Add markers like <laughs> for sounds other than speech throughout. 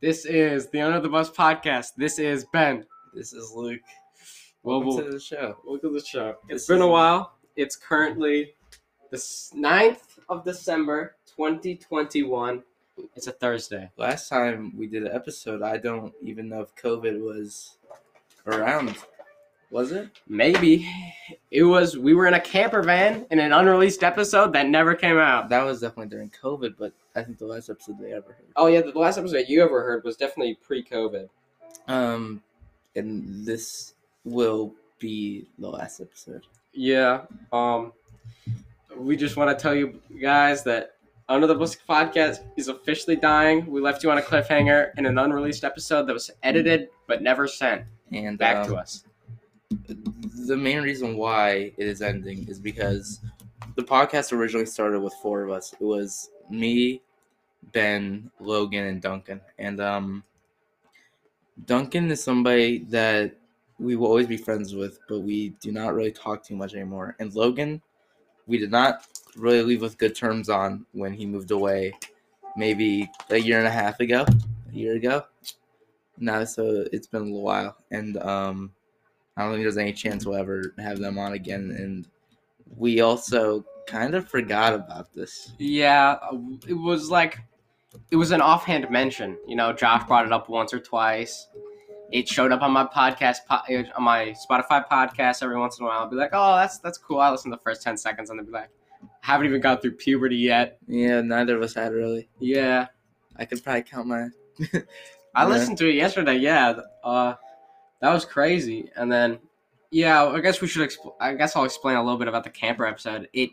This is the Under the Bus podcast. This is Ben. This is Luke. Well, Welcome Oh, we'll- to the show. Look at the show. This it's been a is- while. It's currently the s- 9th of December, 2021. It's a Thursday. Last time we did an episode, I don't even know if COVID was around. Was it? Maybe it was we were in a camper van in an unreleased episode that never came out. That was definitely during COVID, but I think the last episode they ever heard. Oh yeah, the last episode you ever heard was definitely pre-COVID. Um, and this will be the last episode. Yeah. Um we just want to tell you guys that Under the Bus podcast is officially dying. We left you on a cliffhanger in an unreleased episode that was edited but never sent And back um, to us. The main reason why it is ending is because the podcast originally started with four of us. It was me, Ben, Logan, and Duncan. And um, Duncan is somebody that we will always be friends with, but we do not really talk too much anymore. And Logan, we did not really leave with good terms on when he moved away, maybe a year and a half ago, a year ago. Now, so it's been a little while, and um. I don't think there's any chance we'll ever have them on again. And we also kind of forgot about this. Yeah, it was like it was an offhand mention. You know, Josh brought it up once or twice. It showed up on my podcast, po- eh, on my Spotify podcast every once in a while. I'll be like, "Oh, that's that's cool." I listen to the first ten seconds, and then be like, "Haven't even gone through puberty yet." Yeah, neither of us had really. Yeah, I could probably count my. I Yeah. listened to it yesterday. Yeah, uh, that was crazy. And then, yeah, I guess we should. Expl- I guess I'll explain a little bit about the camper episode. It,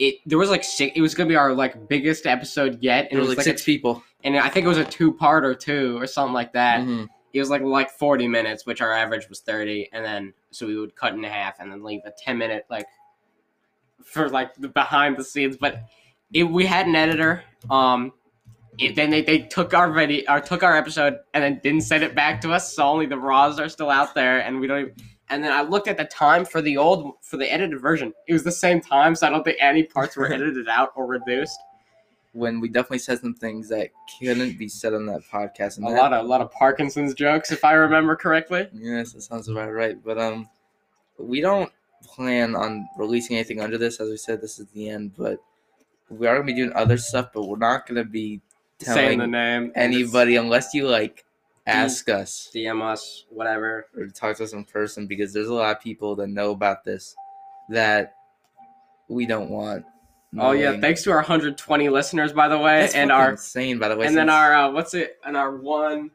it there was like six. It was gonna be our like biggest episode yet. and It was like, a six people. and I think it was a two part or two or something like that. Mhm. It was like like forty minutes, which our average was thirty, and then so we would cut in half and then leave a ten minute like for like the behind the scenes. But it, we had an editor. Um, it, then they, they took our video, or took our episode, and then didn't send it back to us. So only the raws are still out there, and we don't. Even, and then I looked at the time for the old for the edited version. It was the same time, so I don't think any parts <laughs> were edited out or reduced. When we definitely said some things that couldn't be said on that podcast. And a that, lot of a lot of Parkinson's jokes, if I remember correctly. Yes, that sounds about right. But um, we don't plan on releasing anything under this. As we said, this is the end. But we are gonna be doing other stuff. But we're not gonna be Saying the Mm. telling name, anybody unless you like ask us. just DM us, whatever. or to talk to us in person because there's a lot of people that know about this that we don't want. Oh yeah, knowing. thanks to our 120 listeners, by the way, That's and fucking our insane by the way. and then since our uh, what's it and our one.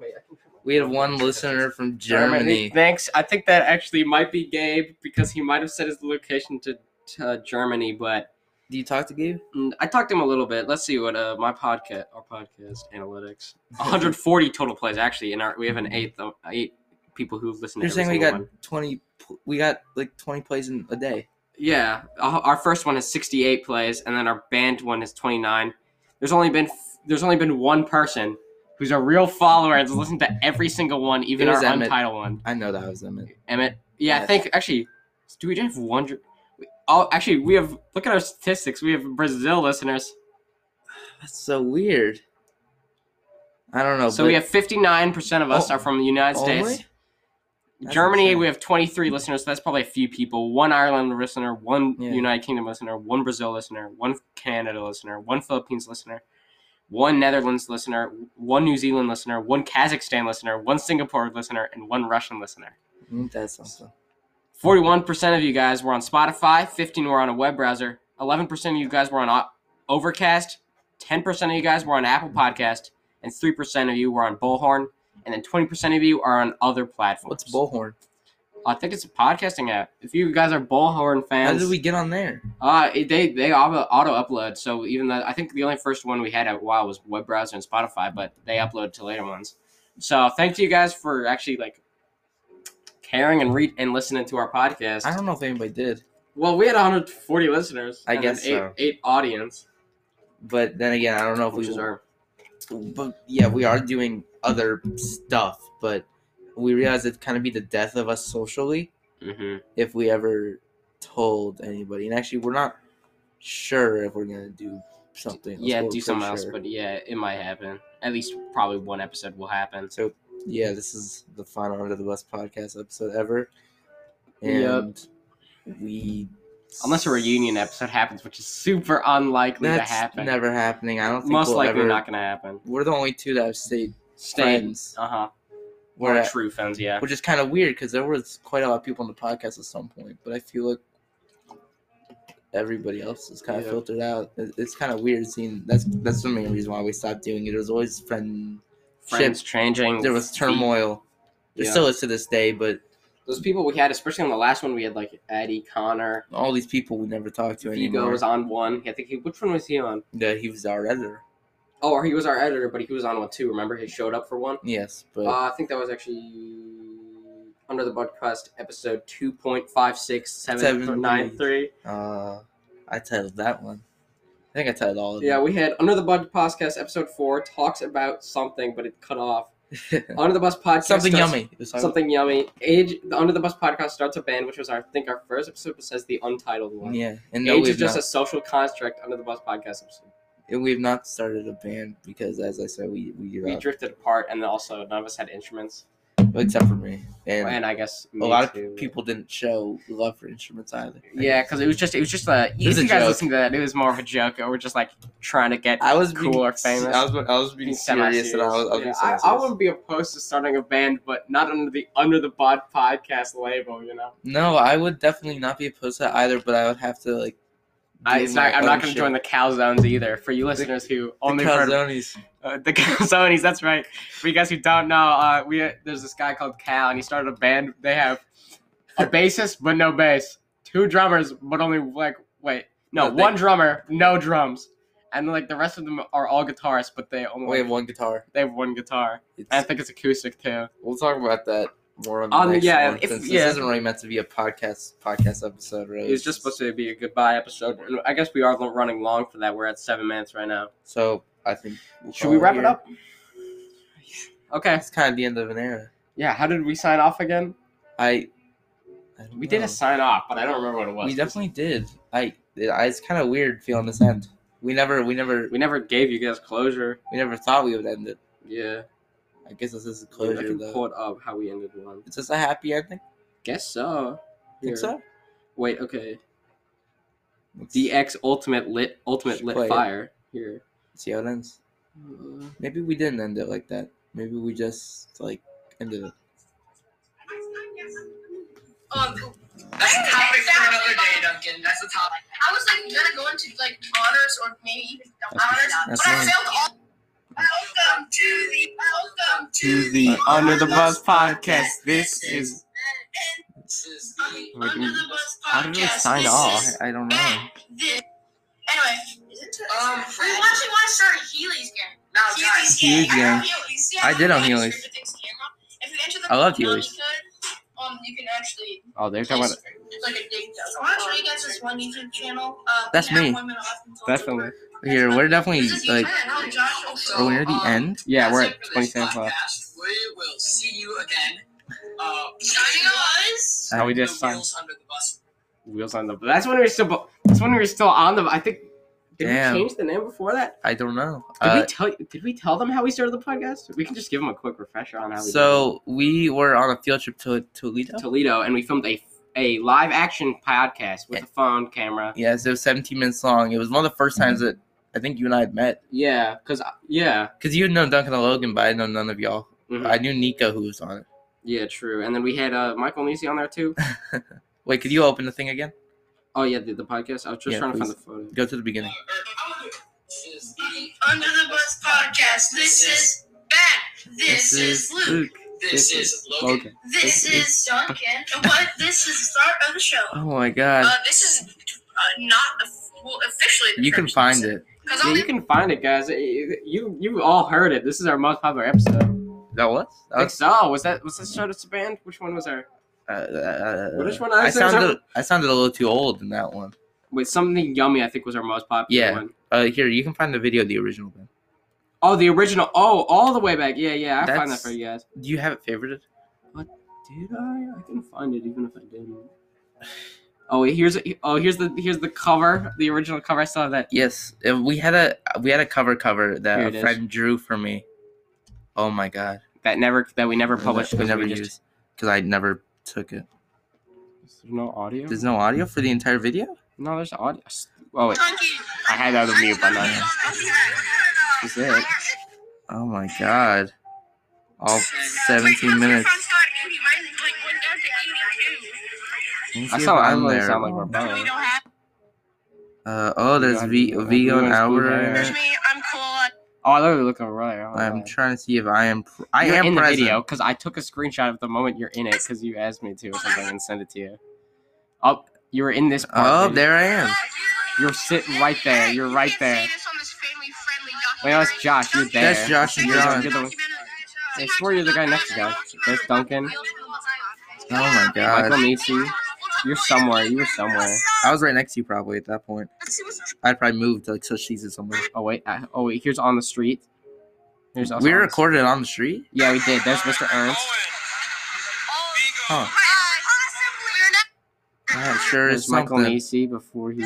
Wait, I think we have one listener from Germany. Thanks. I think that actually might be Gabe because he might have set his location to, to Germany, but Do you talk to Gabe? mm, I talked to him a little bit. Let's see what uh, my podcast, our podcast analytics, 140 total plays actually, and our we have an eighth of eight people who listen. to You're every saying we single got one. twenty. pl- We got like twenty plays in a day. Yeah, uh, our our first one is 68 plays, and then our band one is 29. There's only been there's only been one person who's a real follower and has listened to every single one, even It our was Emmett. untitled one. I know that was them. Emmett. Yeah, I Yes. think actually, do we have one? dr- we- Oh, actually, we have. Look at our statistics. We have Brazil listeners. That's so weird. I don't know. so Oh, but we have 59 percent of us Oh, are from the United only? States. That's Germany, insane. we have 23 listeners. So that's probably a few people. One Ireland listener, one Yeah. United Kingdom listener, one Brazil listener, one Canada listener, one Philippines listener, one Netherlands listener, one New Zealand listener, one Kazakhstan listener, one Singapore listener, and one Russian listener. Mm, That's something. 41% of you guys were on Spotify, 15 were on a web browser, 11% of you guys were on O- Overcast, 10% of you guys were on Apple Podcast, and 3% of you were on Bullhorn, and then 20% of you are on other platforms. What's bullhorn? I think it's a podcasting app. If you guys are Bullhorn How fans, did we get on there? uh, it- they they auto upload. So even though I think the only first one we had at WoW was web browser and Spotify, but they Mm-hmm. upload to later ones. So thank you guys for actually like caring and read and listening to our podcast. I don't know if anybody did, well, we had 140 listeners. I and guess an eight, so. eight audience, but then again, I don't know if which we is will- our but yeah, we are doing other stuff, but we realize it'd kind of be the death of us socially hmm if we ever told anybody. And actually, we're not sure if we're gonna do something. else. yeah, We're do pretty something else, sure. but yeah, it might happen. At least probably one episode will happen. So, yeah, this is the final Under the Bus podcast episode ever. Yep. And we. Unless a reunion episode happens, which is super unlikely That's to happen. never happening. I don't think Most we'll likely ever- not gonna happen. We're the only two that have stayed Stay. friends. Uh huh. We're Or at, true friends, yeah. which is kind of weird because there was quite a lot of people on the podcast at some point, but I feel like everybody else is kind of Yeah. filtered out. It- It's kind of weird seeing. That's that's the main reason why we stopped doing it. It was always friend. Friends changing. There was turmoil. There Yeah. still is to this day, but Those people we had, especially on the last one, we had like Eddie Connor. all these people we never talked to Vigo anymore. was on one. I think he. Which one was he on? Yeah, he was our editor. Oh, or he was our editor, but he was on one too. Remember, he showed up for one. Yes, but Uh, I think that was actually under the podcast episode two point five six seven nine three. uh, I titled that one. I think I titled all of <laughs> Yeah, them. we had under the bud podcast episode four talks about something, but it cut off. Under the bus podcast something starts- yummy. It was Something yummy. Age the Under the Bus podcast starts a band, which was our, I think our first episode besides the untitled one. Yeah, and no, Age we've is just not, a social construct. Under the Bus podcast episode. and we've not started a band because, as I said, we we, We drifted apart, and then also none of us had instruments, except for me and, and I guess a me lot too. of people didn't show love for instruments either. Yeah, because it was just it was just a. was If a you guys joke. listening to that, it was more of a joke. Or we're just like trying to get. I was Cool being, or famous? I was I was being serious, and I was, I was being Yeah, so I, I serious. wouldn't be opposed to starting a band, but not under the under the bod podcast label, you know. No, I would definitely not be opposed to that either, but I would have to like. I, do it's my not, I'm not own going to shit. join the Calzones either. For you listeners who only the heard Calzones. Uh, the <laughs> Calzones, that's right. For you guys who don't know, uh, we there's this guy called Cal, and he started a band. They have a bassist but no bass, two drummers but only like wait, no, No, they- one drummer, no drums, and like the rest of them are all guitarists, but they only We have one guitar. they have one guitar. It's, And I think it's acoustic too. we'll talk about that more on the Um, next yeah, one, if- since yeah. this isn't really meant to be a podcast podcast episode. Really, It was just supposed to be a goodbye episode, and I guess we are running long for that. We're at seven minutes right now. So I think we'll Should we call wrap it here. up? Okay. It's kind of the end of an era. Yeah. How did we sign off again? I, I don't We did know. a sign off, but I don't remember what it was. We definitely did. I, I it's kind of weird feeling this end. We never, we never, We never gave you guys closure. we never thought we would end it. Yeah. I guess this is a Dude, I closure can though. pull it up how we ended one. Is this a happy ending? Guess so. Here. Think so? Wait, okay. Let's DX Ultimate Lit Ultimate Lit Play it. Fire. Here. see how it ends. Uh, Maybe we didn't end it like that. Maybe we just like ended it. Um, That's a topic for another day, Exactly. Duncan. That's a topic. I was like gonna go into like honors or maybe even honors, That's but I fine. failed all. Welcome to the welcome to the Under the Buzz podcast. This is. This is the Under the bus podcast. How did we sign This off? is I don't know. bad. This- Anyway, um. we actually want to start a Healy's game. Now, guys, Healy's Heelys game. I game. don't know Heelys. See, I did don't on know Heelys. Stranger Things camera. If you enter the I love Konami Heelys. code, Um, you can actually. Oh, they're place- talking about. It's like a dig. I want to show you guys this one YouTube channel. Uh, That's at me. One Minute Left Until Definitely. Here, we're definitely This is like, Ethan. I'm Josh. So, are we near the um, end? Yeah, that's we're it at for this 20 seconds left. podcast. We will see you again. Uh, Signing us. How we the just signed wheels under the bus. wheels on the. That's when we were still. That's when we were still on the. I think. Did Damn. we change the name before that? I don't know. Did Uh, we tell? Did we tell them how we started the podcast? We can just give them a quick refresher on how we. so we were on a field trip to Toledo. did it. Toledo, and we filmed a a live action podcast with a phone camera. Yeah, so it was 17 minutes long. It was one of the first Mm-hmm. times that I think you and I had met. Yeah, cause I- yeah, Because you had known Duncan and Logan, but I didn't know none of y'all. Mhm. I knew Nico who was on it. yeah, true. And then we had uh, Michael Nisi on there <laughs> too. Wait, could you open the thing again? Oh yeah, the, the podcast. I was just Yeah, trying to please. find the photo. Go to the Uh, beginning. er, this is the- Under the Bus Podcast. This is Ben. This, is Luke. This is Logan. This, This is Duncan. <laughs> And what? This is the start of the show. Oh my god. Uh, this is uh, not of- well, officially. The you can find it. Because Yeah, only you can find it, guys. It- it- You you all heard it. This is our most popular episode. That was? That I think was so. Was that was that Soda Band? Which one was our? uh, uh, Well, which one I I said was sounded I sounded a little too old in that one. Wait, something yummy. I think was our most popular Yeah. one. Uh, here, you can find the video of the original one. Oh, the original. Oh, all the way back. Yeah, yeah. I find that That's- for you guys. Do you have it favorited? Did I? I can find it even if I didn't. Oh wait, here's oh here's the here's the cover, the original cover. I saw that. Yes, uh, we had a we had a cover cover that Here a it is. friend drew for me. Oh my god! That never that we never published. we 'cause never we just- used because I never took it. There's no audio. There's no audio for the entire video. no, there's audio. Oh wait, Monkey. I had that on mute by now. Is it? Oh my god! All 17 minutes. Let me I see saw if I I'm really there. sound like we're borrowing. Uh, oh, there's God, v- you- Vigo and you- Albert. There's I'm cool. Oh, I literally look over there. Oh, I'm yeah. trying to see if I am. Pr- I You're am in the present. video because I took a screenshot of the moment you're in it because you asked me to or something and sent it to you. Oh, you were in this part. Oh, dude. there I am. You're sitting right there. You're right there. Wait, that's Josh. You're there. That's Josh and You're the- John. you're the one- I swear you're the guy next to Josh. There's Duncan. Oh my Michael god! Mitsu. You're somewhere. You were somewhere. I was right next to you probably at that point. I'd probably moved to like Sushi's or something. Oh wait. I, oh wait. Here's on the street. Here's us We on the- recorded on the street. Yeah, we did. There's Mr. Ernst. Huh. Yeah, it sure There's is Michael something. Macy before he.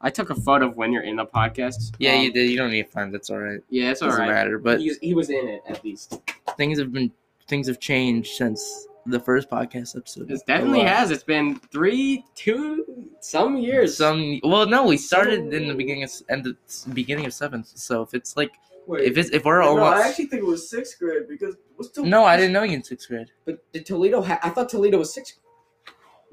I took a photo of when you're in the podcast. Yeah, Um, you did. You don't need to find. That's all right. Yeah, it's Doesn't alright. matter. But He's- He was in it at least. things have been things have changed since the first podcast episode. It A definitely lot. has. It's been three, two, some years. Some well, no, we started in Oh. the beginning of and the beginning of seventh. So if it's like if it's if we're no, almost I actually think it was sixth grade because it was still no, I didn't know you in sixth grade. But did Toledo? Ha- I thought Toledo was sixth